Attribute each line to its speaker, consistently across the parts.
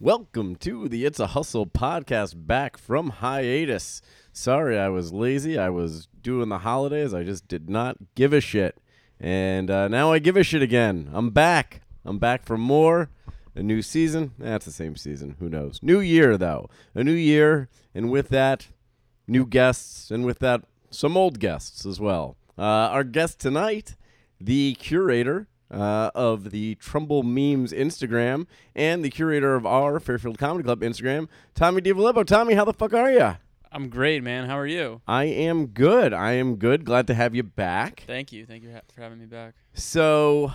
Speaker 1: Welcome to the It's a Hustle podcast back from hiatus. Sorry I was lazy. I was doing the holidays. I just did not give a shit. And uh, now I give a shit again. I'm back. I'm back for more. A new season. That's the same season. Who knows? New year, though. A new year. And with that, new guests. And with that, some old guests as well. Uh, our guest tonight the curator uh, of the Trumbull Memes Instagram and the curator of our Fairfield Comedy Club Instagram, Tommy DiVilippo. Tommy, how the fuck are you?
Speaker 2: I'm great, man. How are you?
Speaker 1: I am good. I am good. Glad to have you back.
Speaker 2: Thank you. Thank you ha- for having me back.
Speaker 1: So,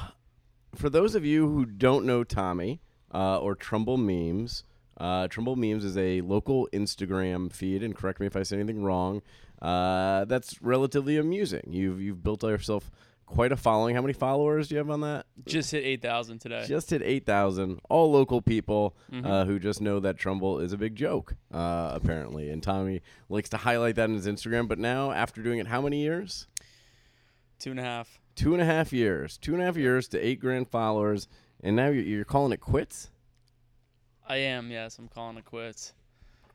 Speaker 1: for those of you who don't know Tommy uh, or Trumbull Memes, uh, Trumbull Memes is a local Instagram feed, and correct me if I say anything wrong. Uh, that's relatively amusing. You've you've built yourself quite a following. How many followers do you have on that?
Speaker 2: Just hit 8,000 today.
Speaker 1: Just hit 8,000. All local people uh, who just know that Trumbull is a big joke, uh, apparently. And Tommy likes to highlight that in his Instagram. But now, after doing it how many years?
Speaker 2: Two and a half.
Speaker 1: Two and a half years. Two and a half years to eight grand followers. And now you're, you're calling it quits?
Speaker 2: I am, yes. I'm calling it quits.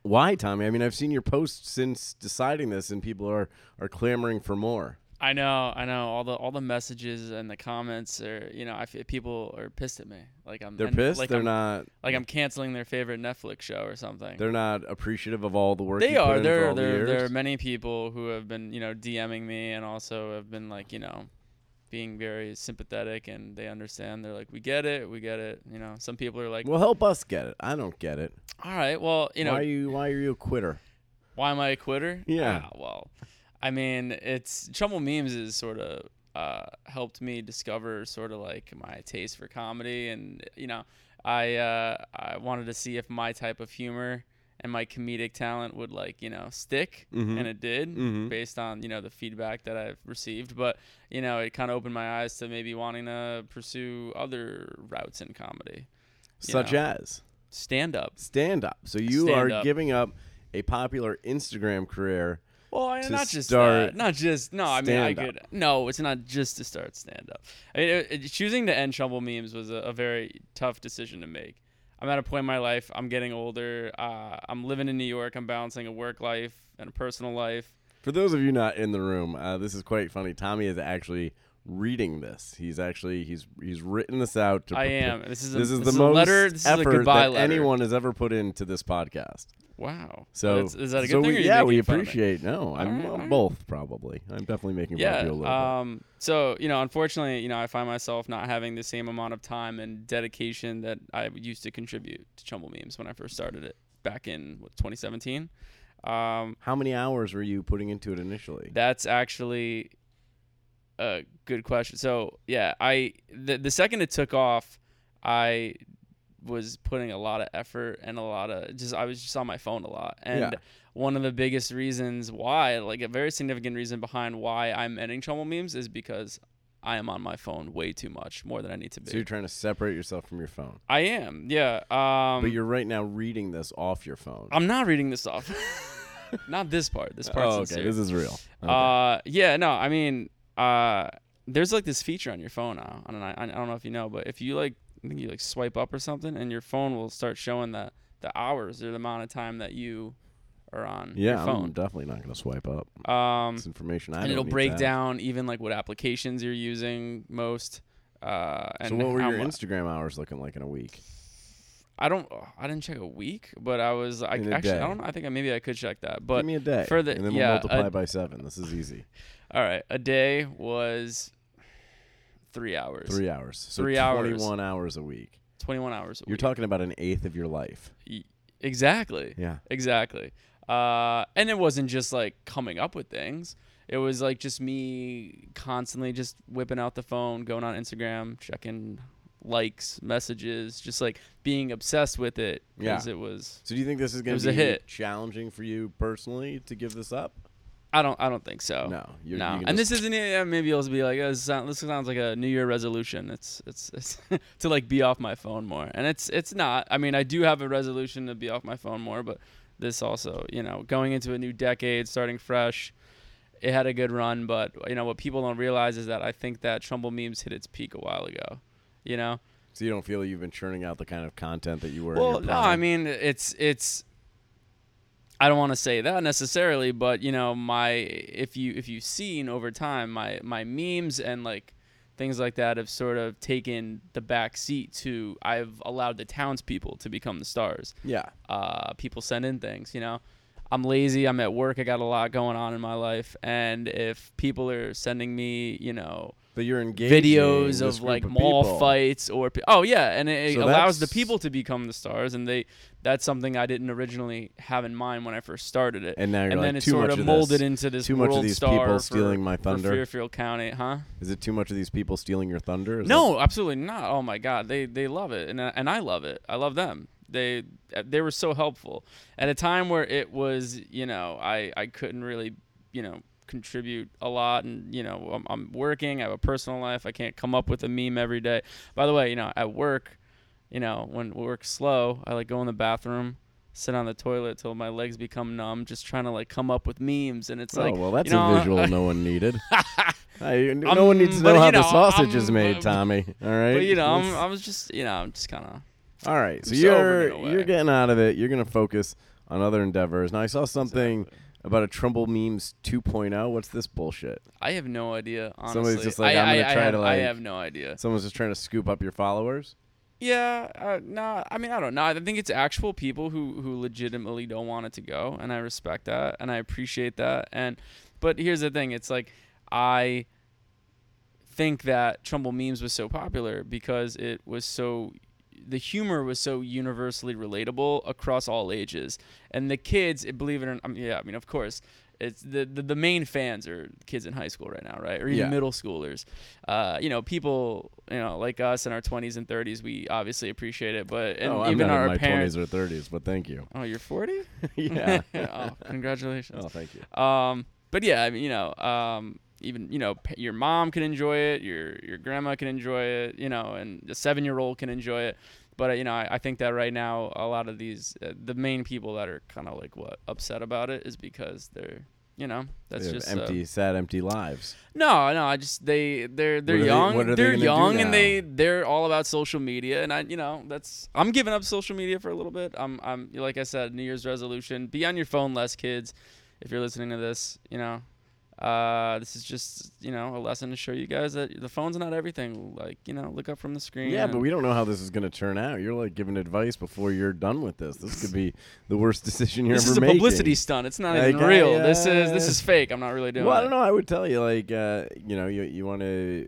Speaker 1: Why, Tommy? I mean, I've seen your posts since deciding this, and people are, are clamoring for more.
Speaker 2: I know, I know. All the all the messages and the comments are, you know, I feel people are pissed at me. Like I'm
Speaker 1: They're
Speaker 2: and
Speaker 1: pissed.
Speaker 2: Like
Speaker 1: they're
Speaker 2: I'm,
Speaker 1: not.
Speaker 2: Like I'm canceling their favorite Netflix show or something.
Speaker 1: They're not appreciative of all the work.
Speaker 2: They
Speaker 1: you put
Speaker 2: are.
Speaker 1: in for
Speaker 2: There,
Speaker 1: all the
Speaker 2: there, there are
Speaker 1: years.
Speaker 2: many people who have been, you know, DMing me and also have been like, you know, being very sympathetic and they understand. They're like, we get it, we get it. You know, some people are like,
Speaker 1: Well, help us get it. I don't get it.
Speaker 2: all right, well, you know,
Speaker 1: why are you? Why are you a quitter?
Speaker 2: Why am I a quitter?
Speaker 1: Yeah.
Speaker 2: Ah, well, I mean, it's Trumbull memes has sort of uh, helped me discover sort of like my taste for comedy, and you know, I uh, I wanted to see if my type of humor and my comedic talent would like you know stick,
Speaker 1: Mhm.
Speaker 2: and it did
Speaker 1: Mhm.
Speaker 2: based on you know the feedback that I've received. But you know, it kind of opened my eyes to maybe wanting to pursue other routes in comedy, you
Speaker 1: Such
Speaker 2: know.
Speaker 1: as.
Speaker 2: stand up.
Speaker 1: stand up. So you
Speaker 2: Stand
Speaker 1: are
Speaker 2: up.
Speaker 1: giving up a popular Instagram career.
Speaker 2: Well, I-
Speaker 1: to
Speaker 2: not just
Speaker 1: start
Speaker 2: that. Not just no. I mean, I
Speaker 1: stand-up.
Speaker 2: could. No, it's not just to start stand up. I mean, it, it- choosing to end Trumbull memes was a, a very tough decision to make. I'm at a point in my life. I'm getting older. Uh, I'm living in New York. I'm balancing a work life and a personal life.
Speaker 1: For those of you not in the room, uh, this is quite funny. Tommy is actually reading this. He's actually he's he's written this out. To
Speaker 2: I
Speaker 1: prepare-
Speaker 2: am. This is a,
Speaker 1: This is
Speaker 2: this
Speaker 1: the
Speaker 2: is a
Speaker 1: most
Speaker 2: letter. This
Speaker 1: effort
Speaker 2: is a goodbye
Speaker 1: that
Speaker 2: letter.
Speaker 1: anyone has ever put into this podcast.
Speaker 2: Wow.
Speaker 1: So
Speaker 2: That's- is that a good
Speaker 1: so
Speaker 2: thing?
Speaker 1: we-
Speaker 2: or are you
Speaker 1: yeah, we
Speaker 2: making fun of me?
Speaker 1: appreciate. No, I'm,
Speaker 2: right,
Speaker 1: I'm
Speaker 2: all right.
Speaker 1: both probably. I'm definitely making fun of you a little bit.
Speaker 2: um, So, you know, unfortunately, you know, I find myself not having the same amount of time and dedication that I used to contribute to Chumble Memes when I first started it back in what, 2017. Um,
Speaker 1: How many hours were you putting into it initially?
Speaker 2: that's actually a good question. So, yeah, I the, the second it took off, I was putting a lot of effort and a lot of just I was just on my phone a lot. And
Speaker 1: Yeah.
Speaker 2: one of the biggest reasons why, like a very significant reason behind why I'm ending Trumbull memes is because I am on my phone way too much, more than I need to be.
Speaker 1: so you're trying to separate yourself from your phone,
Speaker 2: I am, yeah. Um,
Speaker 1: but you're right now reading this off your phone.
Speaker 2: I'm not reading this off. not this part. This part's
Speaker 1: oh, okay.
Speaker 2: sincere.
Speaker 1: This is real. Okay.
Speaker 2: Uh, yeah, no, I mean, uh, there's like this feature on your phone now. I don't know, I don't know if you know, but if you like, I think you like swipe up or something, and your phone will start showing the the hours or the amount of time that you are on
Speaker 1: yeah,
Speaker 2: your
Speaker 1: I'm
Speaker 2: phone.
Speaker 1: definitely not going to swipe up.
Speaker 2: Um,
Speaker 1: It's information I
Speaker 2: and
Speaker 1: don't
Speaker 2: it'll
Speaker 1: need
Speaker 2: break
Speaker 1: to have.
Speaker 2: down even like what applications you're using most. Uh, and
Speaker 1: So what were
Speaker 2: how
Speaker 1: your
Speaker 2: mu-
Speaker 1: Instagram hours looking like in a week?
Speaker 2: I don't. oh, I didn't check a week, but I was. I
Speaker 1: In
Speaker 2: actually.
Speaker 1: a
Speaker 2: I
Speaker 1: day.
Speaker 2: don't. know. I think I, maybe I could check that. But
Speaker 1: Give me a day,
Speaker 2: for the-
Speaker 1: and then
Speaker 2: yeah,
Speaker 1: we'll multiply
Speaker 2: a-
Speaker 1: by seven. This is easy.
Speaker 2: all right, a day was three hours.
Speaker 1: Three hours. So
Speaker 2: Three hours.
Speaker 1: Twenty-one hours a week.
Speaker 2: Twenty-one hours. A
Speaker 1: You're
Speaker 2: week.
Speaker 1: talking about an eighth of your life.
Speaker 2: Y- Exactly.
Speaker 1: Yeah.
Speaker 2: Exactly. Uh, and it wasn't just like coming up with things. It was like just me constantly just whipping out the phone, going on Instagram, checking likes, messages, just like being obsessed with it because
Speaker 1: Yeah.
Speaker 2: it was.
Speaker 1: So do you think this is going
Speaker 2: was
Speaker 1: to
Speaker 2: a
Speaker 1: be
Speaker 2: hit.
Speaker 1: challenging for you personally to give this up?
Speaker 2: I don't. I don't think so.
Speaker 1: No, you're-
Speaker 2: Oh. no.
Speaker 1: you can
Speaker 2: and
Speaker 1: just-
Speaker 2: this isn't. it. Uh, Maybe it'll be like oh, this, sound, this sounds like a New Year resolution. It's it's, it's to like be off my phone more, and it's it's not. I mean, I do have a resolution to be off my phone more, but this also, you know, going into a new decade, starting fresh. It had a good run, but you know what people don't realize is that I think that Trumbull memes hit its peak a while ago. You know,
Speaker 1: So you don't feel you've been churning out the kind of content that you were. in
Speaker 2: Well,
Speaker 1: your
Speaker 2: no,
Speaker 1: prime?
Speaker 2: I mean it's it's. I don't want to say that necessarily, but you know, my if you if you've seen over time, my my memes and like things like that have sort of taken the back seat to I've allowed the townspeople to become the stars.
Speaker 1: yeah,
Speaker 2: Uh, people send in things, you know. I'm lazy. I'm at work. I got a lot going on in my life, and if people are sending me, you know,
Speaker 1: but you're engaging
Speaker 2: videos
Speaker 1: this
Speaker 2: of
Speaker 1: group
Speaker 2: like
Speaker 1: of
Speaker 2: mall
Speaker 1: people.
Speaker 2: fights or pe- oh yeah and it, it
Speaker 1: So
Speaker 2: allows the
Speaker 1: that's-
Speaker 2: people to become the stars and they that's something i didn't originally have in mind when i first started it
Speaker 1: And now you're
Speaker 2: and
Speaker 1: like,
Speaker 2: then it
Speaker 1: too
Speaker 2: sort
Speaker 1: much
Speaker 2: of
Speaker 1: of
Speaker 2: molded
Speaker 1: this.
Speaker 2: into this
Speaker 1: Too much
Speaker 2: world
Speaker 1: of these
Speaker 2: star
Speaker 1: people
Speaker 2: for-
Speaker 1: stealing my thunder.
Speaker 2: for fairfield county huh
Speaker 1: Is it too much of these people stealing your thunder? Is
Speaker 2: no absolutely not oh my god they they love it and, I- and i love it i love them they uh, they were so helpful at a time where it was you know i i couldn't really you know contribute a lot and you know I'm, I'm working i have a personal life i can't come up with a meme every day by the way you know at work you know when work's slow i like go in the bathroom sit on the toilet till my legs become numb just trying to like come up with memes and it's
Speaker 1: that, oh
Speaker 2: like
Speaker 1: well, that's
Speaker 2: you know, uh, um,
Speaker 1: a visual no one needed. I, n- no one needs to
Speaker 2: but,
Speaker 1: know
Speaker 2: you
Speaker 1: how the
Speaker 2: know,
Speaker 1: sausage
Speaker 2: I'm-
Speaker 1: is made, Tommy. All right.
Speaker 2: but you know um, I'm,
Speaker 1: Let's-
Speaker 2: I was just you know I'm just kind of
Speaker 1: All right, so
Speaker 2: I'm sobered
Speaker 1: you're
Speaker 2: in a way.
Speaker 1: you're getting out of it. You're gonna focus on other endeavors. Now I saw something about a Trumbull memes 2.0. What's this bullshit?
Speaker 2: I have no idea. Honestly,
Speaker 1: Somebody's just like,
Speaker 2: I,
Speaker 1: "I'm gonna
Speaker 2: I- I
Speaker 1: try
Speaker 2: have,
Speaker 1: to,
Speaker 2: I
Speaker 1: like-
Speaker 2: have no idea.
Speaker 1: Someone's just trying to scoop up your followers.
Speaker 2: Yeah, uh, no. I mean, I don't know. I think it's actual people who who legitimately don't want it to go, and I respect that, and I appreciate that. And but here's the thing: it's like I think that Trumbull memes was so popular because it was so the humor was so universally relatable across all ages, and the kids, it- believe it or not, I mean, yeah, I mean, of course. It's the, the the main fans are kids in high school right now, right, or even
Speaker 1: Yeah.
Speaker 2: middle schoolers. Uh, you know, people you know like us in our twenties and thirties, we obviously appreciate it, but and
Speaker 1: oh, I'm
Speaker 2: even
Speaker 1: not
Speaker 2: our
Speaker 1: in my
Speaker 2: parents.
Speaker 1: 20s or 30s, but thank you.
Speaker 2: oh, you're forty.
Speaker 1: yeah.
Speaker 2: oh, congratulations.
Speaker 1: oh, thank you.
Speaker 2: Um, but yeah, I mean, you know, um, even you know, p- your mom can enjoy it, your your grandma can enjoy it, you know, and the seven year old can enjoy it. But uh, you know, I, I think that right now, a lot of these, uh, the main people that are kind of like what upset about it is because they're, you know, that's
Speaker 1: They have
Speaker 2: just uh,
Speaker 1: empty, sad, empty lives.
Speaker 2: no, no. I just they they're they're
Speaker 1: are they-
Speaker 2: young.
Speaker 1: what are they
Speaker 2: they are
Speaker 1: gonna do
Speaker 2: young
Speaker 1: now?
Speaker 2: and they they're all about social media. And I you know that's I'm giving up social media for a little bit. I'm I'm like I said, New Year's resolution: be on your phone less, kids. If you're listening to this, you know, uh, this is just you know a lesson to show you guys that the phone's not everything. Like you know, look up from the screen.
Speaker 1: Yeah, but
Speaker 2: and-
Speaker 1: we don't know how this is going to turn out. You're like giving advice before you're done with this. This could be the worst decision you're
Speaker 2: this
Speaker 1: ever
Speaker 2: is a
Speaker 1: making.
Speaker 2: publicity stunt. It's not even
Speaker 1: Like,
Speaker 2: real.
Speaker 1: I,
Speaker 2: this is this
Speaker 1: uh,
Speaker 2: is fake. I'm not really doing.
Speaker 1: Well, I
Speaker 2: it.
Speaker 1: don't know. I would tell you, like, uh, you know, you, you want to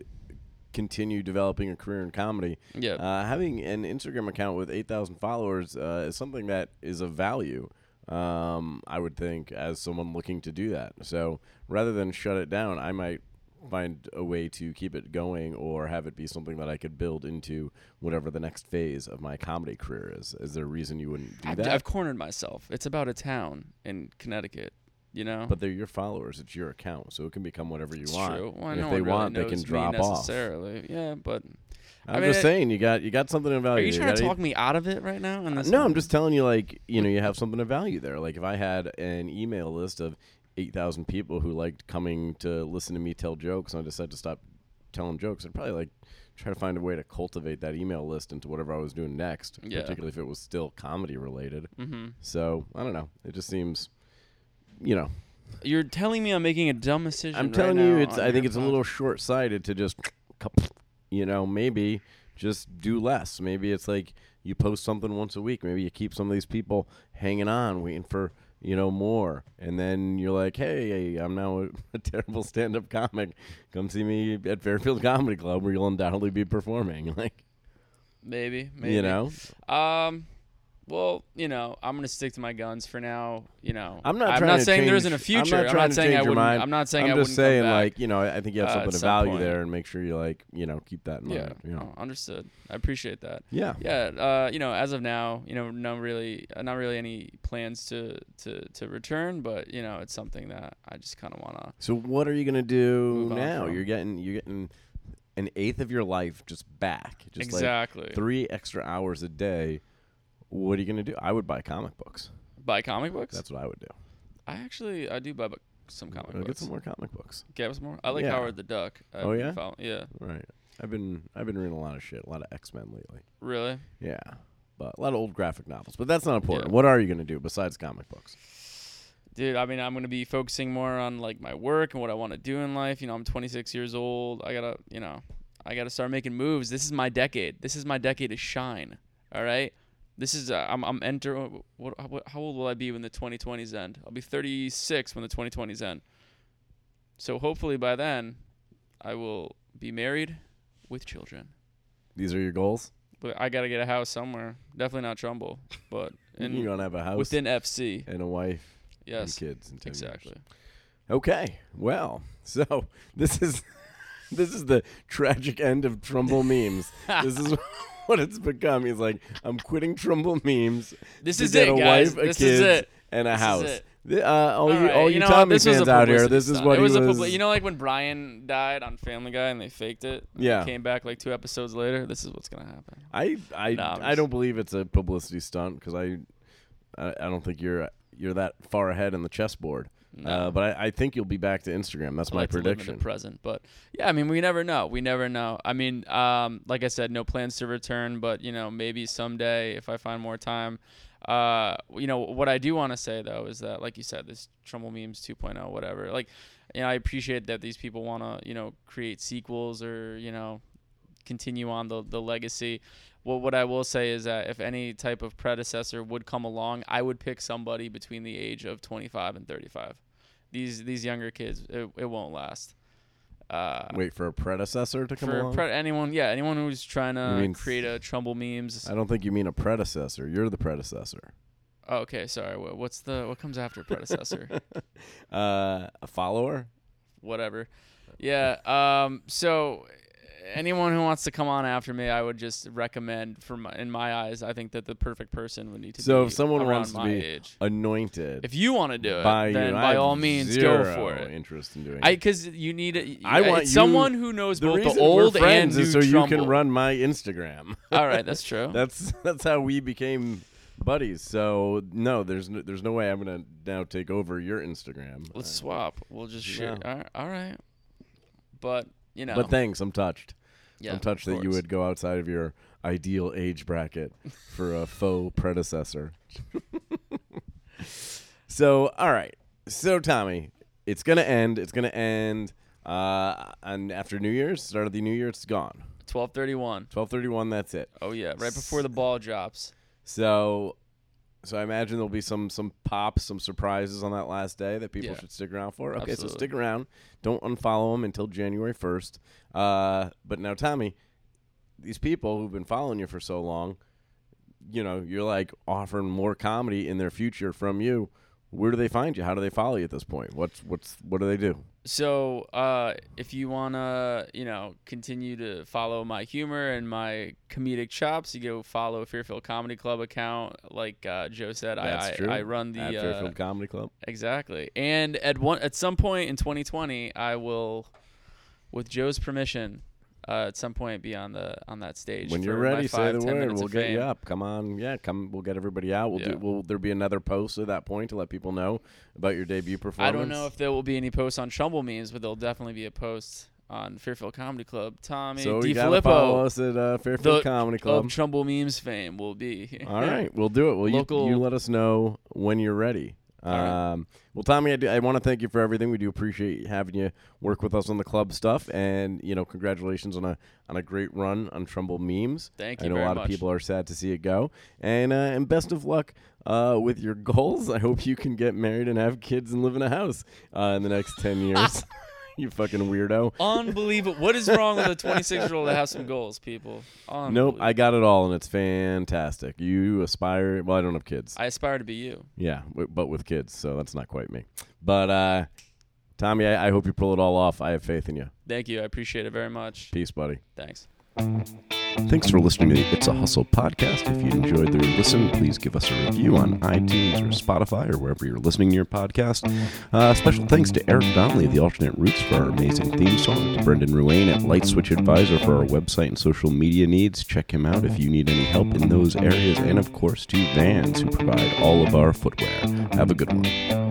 Speaker 1: continue developing a career in comedy.
Speaker 2: Yeah.
Speaker 1: Uh, having an Instagram account with 8,000 followers uh, is something that is of value, um, I would think, as someone looking to do that. So rather than shut it down, I might find a way to keep it going or have it be something that I could build into whatever the next phase of my comedy career is. Is there a reason you wouldn't do
Speaker 2: I've,
Speaker 1: that?
Speaker 2: I've cornered myself. It's about a town in Connecticut. You know.
Speaker 1: but they're your followers. It's your account, so it can become whatever you
Speaker 2: It's
Speaker 1: want.
Speaker 2: True. Well,
Speaker 1: and
Speaker 2: no
Speaker 1: if
Speaker 2: one
Speaker 1: they
Speaker 2: really
Speaker 1: want, they
Speaker 2: knows
Speaker 1: can
Speaker 2: me
Speaker 1: drop off.
Speaker 2: necessarily. Yeah, but
Speaker 1: I'm
Speaker 2: I mean,
Speaker 1: just
Speaker 2: it-
Speaker 1: saying, you got you got something of value.
Speaker 2: are you trying to
Speaker 1: gotta-
Speaker 2: talk me out of it right now? on this
Speaker 1: e No,
Speaker 2: one?
Speaker 1: I'm just telling you, like, you know, you have something of value there. Like, if I had an email list of 8,000 people who liked coming to listen to me tell jokes and I decided to stop telling jokes, I'd probably, like, try to find a way to cultivate that email list into whatever I was doing next,
Speaker 2: Yeah.
Speaker 1: particularly if it was still comedy related.
Speaker 2: Mhm.
Speaker 1: So, I don't know. It just seems, you know,
Speaker 2: You're telling me I'm making a dumb decision.
Speaker 1: I'm
Speaker 2: right
Speaker 1: telling you,
Speaker 2: now
Speaker 1: it's.
Speaker 2: on
Speaker 1: I think
Speaker 2: your
Speaker 1: it's a
Speaker 2: pod-
Speaker 1: little short sighted to just, you know, maybe just do less. Maybe it's like you post something once a week. Maybe you keep some of these people hanging on, waiting for you know more, and then you're like, hey, I'm now a, a terrible stand up comic. Come see me at Fairfield Comedy Club, where you'll undoubtedly be performing. Like,
Speaker 2: maybe, maybe.
Speaker 1: you know,
Speaker 2: Um. Well, you know, I'm gonna stick to my guns for now. You know,
Speaker 1: I'm not.
Speaker 2: I'm
Speaker 1: trying
Speaker 2: not
Speaker 1: to
Speaker 2: saying there
Speaker 1: change-
Speaker 2: isn't a future.
Speaker 1: I'm not, trying to
Speaker 2: saying I
Speaker 1: change your
Speaker 2: wouldn't.
Speaker 1: mind.
Speaker 2: I'm not saying
Speaker 1: I'm
Speaker 2: I
Speaker 1: just
Speaker 2: wouldn't
Speaker 1: saying,
Speaker 2: come back.
Speaker 1: like, you know, I I think you have
Speaker 2: uh, at
Speaker 1: something of
Speaker 2: some
Speaker 1: value
Speaker 2: point.
Speaker 1: there, and make sure you like, you know, keep that in
Speaker 2: yeah,
Speaker 1: mind. You know.
Speaker 2: oh, understood. I appreciate that.
Speaker 1: Yeah.
Speaker 2: Yeah, uh, you know, as of now, you know, no really, uh, not really any plans to to to return, but you know, it's something that I just kind of wanna.
Speaker 1: So what are you gonna do
Speaker 2: Move on
Speaker 1: now?
Speaker 2: from.
Speaker 1: You're getting you're getting an eighth of your life just back, just
Speaker 2: exactly.
Speaker 1: like three extra hours a day. What are you gonna do? I would buy comic books.
Speaker 2: Buy comic books?
Speaker 1: That's what I would do.
Speaker 2: I actually I do buy bu- some comic
Speaker 1: I'll
Speaker 2: books.
Speaker 1: Get some more comic books.
Speaker 2: Get some more. I like
Speaker 1: Yeah.
Speaker 2: Howard the Duck. I've
Speaker 1: Oh,
Speaker 2: been
Speaker 1: yeah?
Speaker 2: follow- yeah.
Speaker 1: Right. I've been I've been reading a lot of shit, a lot of X Men lately.
Speaker 2: Really?
Speaker 1: Yeah, but a lot of old graphic novels. But that's not important.
Speaker 2: Yeah.
Speaker 1: What are you gonna do besides comic books?
Speaker 2: Dude, I mean, I'm going to be focusing more on like my work and what I want to do in life. You know, I'm 26 years old. I got to, you know, I got to start making moves. This is my decade. This is my decade to shine. All right? This is uh, I'm I'm enter what, what how old will I be when the 2020s end? I'll be 36 when the 2020s end. So hopefully by then I will be married with children.
Speaker 1: These are your goals.
Speaker 2: But I got to get a house somewhere. Definitely not Trumbull, but
Speaker 1: You're
Speaker 2: in
Speaker 1: gonna have a house
Speaker 2: within FC.
Speaker 1: and a wife
Speaker 2: Yes.
Speaker 1: and kids. In 10 years.
Speaker 2: Exactly.
Speaker 1: Okay. Well, so this is this is the tragic end of Trumbull memes. this is what it's become. He's like, I'm quitting Trumbull memes.
Speaker 2: This
Speaker 1: to
Speaker 2: is
Speaker 1: get
Speaker 2: it,
Speaker 1: a
Speaker 2: guys.
Speaker 1: wife, a
Speaker 2: This
Speaker 1: kid,
Speaker 2: is it.
Speaker 1: and a
Speaker 2: This is
Speaker 1: house.
Speaker 2: it.
Speaker 1: Th- uh, all, you,
Speaker 2: right,
Speaker 1: all you,
Speaker 2: know what?
Speaker 1: Tommy
Speaker 2: This was a
Speaker 1: fans out here,
Speaker 2: publicity
Speaker 1: this is
Speaker 2: stunt.
Speaker 1: what
Speaker 2: it was.
Speaker 1: he
Speaker 2: a
Speaker 1: was.
Speaker 2: publi- you know, like when Brian died on Family Guy and they faked it. and
Speaker 1: Yeah.
Speaker 2: They came back like two episodes later. This is what's gonna happen.
Speaker 1: I I
Speaker 2: Nah, I'm
Speaker 1: I
Speaker 2: just-
Speaker 1: don't believe it's a publicity stunt because I, I I don't think you're you're that far ahead in the chessboard.
Speaker 2: No.
Speaker 1: Uh, but I, I think you'll be back to Instagram. That's
Speaker 2: I
Speaker 1: my
Speaker 2: like to live in the
Speaker 1: prediction.
Speaker 2: present, but yeah, I mean, we never know. We never know. I mean, um, like I said, no plans to return, but you know, maybe someday if I find more time. Uh, you know, what I do want to say though is that, like you said, this Trumbull memes 2.0, whatever. Like, you know, I appreciate that these people want to, you know, create sequels or you know, continue on the the legacy. What what I will say is that if any type of predecessor would come along, I would pick somebody between the age of 25 and 35. These these younger kids, it, it won't last. Uh,
Speaker 1: Wait for a predecessor to come
Speaker 2: for
Speaker 1: along.
Speaker 2: pre- anyone, yeah, anyone who's trying to
Speaker 1: You mean-
Speaker 2: create a Trumbull memes.
Speaker 1: I don't think you mean a predecessor. You're the predecessor.
Speaker 2: Oh, okay, sorry. wha- What's the what comes after predecessor?
Speaker 1: Uh, a follower.
Speaker 2: Whatever. Yeah. Um. So. Anyone who wants to come on after me, I would just recommend. For my, in my eyes, I think that the perfect person would need to
Speaker 1: So
Speaker 2: be
Speaker 1: if someone
Speaker 2: around
Speaker 1: wants to
Speaker 2: my
Speaker 1: be
Speaker 2: age.
Speaker 1: anointed
Speaker 2: If you want to do it,
Speaker 1: by
Speaker 2: then
Speaker 1: you, I
Speaker 2: by
Speaker 1: have
Speaker 2: all means,
Speaker 1: zero
Speaker 2: go for it.
Speaker 1: Interest in doing.
Speaker 2: I
Speaker 1: it.
Speaker 2: because you need a,
Speaker 1: I want
Speaker 2: it's
Speaker 1: you-
Speaker 2: someone who knows
Speaker 1: the
Speaker 2: both
Speaker 1: reason
Speaker 2: the old
Speaker 1: we're friends
Speaker 2: and
Speaker 1: is so
Speaker 2: new
Speaker 1: you
Speaker 2: Oh.
Speaker 1: can
Speaker 2: Trumbull.
Speaker 1: run my Instagram.
Speaker 2: All right, that's true.
Speaker 1: That's that's how we became buddies. So no, there's no, there's no way I'm gonna now take over your Instagram.
Speaker 2: Let's
Speaker 1: Uh,
Speaker 2: swap. We'll just share.
Speaker 1: Yeah.
Speaker 2: All, right, all right, but you know,
Speaker 1: But thanks, I'm touched.
Speaker 2: yeah,
Speaker 1: I'm
Speaker 2: of
Speaker 1: touched that you
Speaker 2: course.
Speaker 1: would go outside of your ideal age bracket for a faux predecessor. so all right, so Tommy, it's gonna end. It's gonna end. Uh, and after New Year's, start of the New Year, it's gone.
Speaker 2: 12:31.
Speaker 1: Twelve thirty-one. That's it.
Speaker 2: Oh yeah, right before the ball drops.
Speaker 1: So, so I imagine there'll be some some pops, some surprises on that last day that people
Speaker 2: Yeah.
Speaker 1: should stick around for. Okay, so
Speaker 2: Absolutely.
Speaker 1: stick around. Don't unfollow them until January first. Uh, but now, Tommy, these people who've been following you for so long, you know, you're like offering more comedy in their future from you. Where do they find you? How do they follow you at this point? What's what's what do they do?
Speaker 2: So, uh, if you wanna, you know, continue to follow my humor and my comedic chops, you go follow Fearfield Comedy Club account. Like uh, Joe said, I, I I run the
Speaker 1: At
Speaker 2: uh,
Speaker 1: Fairfield Comedy Club.
Speaker 2: Exactly. And at one at some point in 2020, I will, with Joe's permission, uh, at some point be on the on that stage.
Speaker 1: When you're
Speaker 2: for my
Speaker 1: ready, say
Speaker 2: five,
Speaker 1: the
Speaker 2: 10
Speaker 1: word.
Speaker 2: minutes
Speaker 1: We'll
Speaker 2: of
Speaker 1: get you
Speaker 2: fame.
Speaker 1: up. Come on, yeah, come. We'll get everybody out. We'll
Speaker 2: Yeah.
Speaker 1: do. Will there be another post at that point to let people know about your debut performance?
Speaker 2: I don't know if there will be any posts on Trumbull memes, but there'll definitely be a post on Fearfield Comedy Club. Tommy
Speaker 1: so you gotta follow
Speaker 2: DiFilippo
Speaker 1: us at uh, Fairfield
Speaker 2: The- oh,
Speaker 1: Comedy
Speaker 2: of
Speaker 1: Club.
Speaker 2: Trumbull memes fame will be.
Speaker 1: All right, we'll do it. Well, you,
Speaker 2: Local-
Speaker 1: you let us know when you're ready. Um,
Speaker 2: right.
Speaker 1: Well, Tommy, I, do, I want to thank you for everything. We do appreciate having you work with us on the club stuff, and you know, congratulations on a on a great run on Trumbull memes.
Speaker 2: Thank
Speaker 1: I
Speaker 2: you
Speaker 1: know a
Speaker 2: very
Speaker 1: lot of
Speaker 2: much.
Speaker 1: people are sad to see it go, and uh, and best of luck uh, with your goals. I hope you can get married and have kids and live in a house uh, in the next ten years. you fucking weirdo.
Speaker 2: Unbelievable. what is wrong with a 26 year old that has some goals, people?
Speaker 1: Nope,
Speaker 2: Unbelievable.
Speaker 1: I got it all, and it's fantastic. You aspire. Well, I don't have kids.
Speaker 2: I aspire to be you.
Speaker 1: Yeah, w- but with kids, so that's not quite me. But uh, Tommy, I-, I hope you pull it all off. I have faith in you.
Speaker 2: Thank you. I appreciate it very much.
Speaker 1: Peace, buddy.
Speaker 2: Thanks.
Speaker 1: Thanks for listening to the It's a Hustle podcast. If you enjoyed the listen, please give us a review on iTunes or Spotify or wherever you're listening to your podcast. Uh, special thanks to Eric Donnelly of The Alternate Roots for our amazing theme song, to Brendan Ruane at Light Switch Advisor for our website and social media needs. Check him out if you need any help in those areas, and of course to Vans, who provide all of our footwear. Have a good one.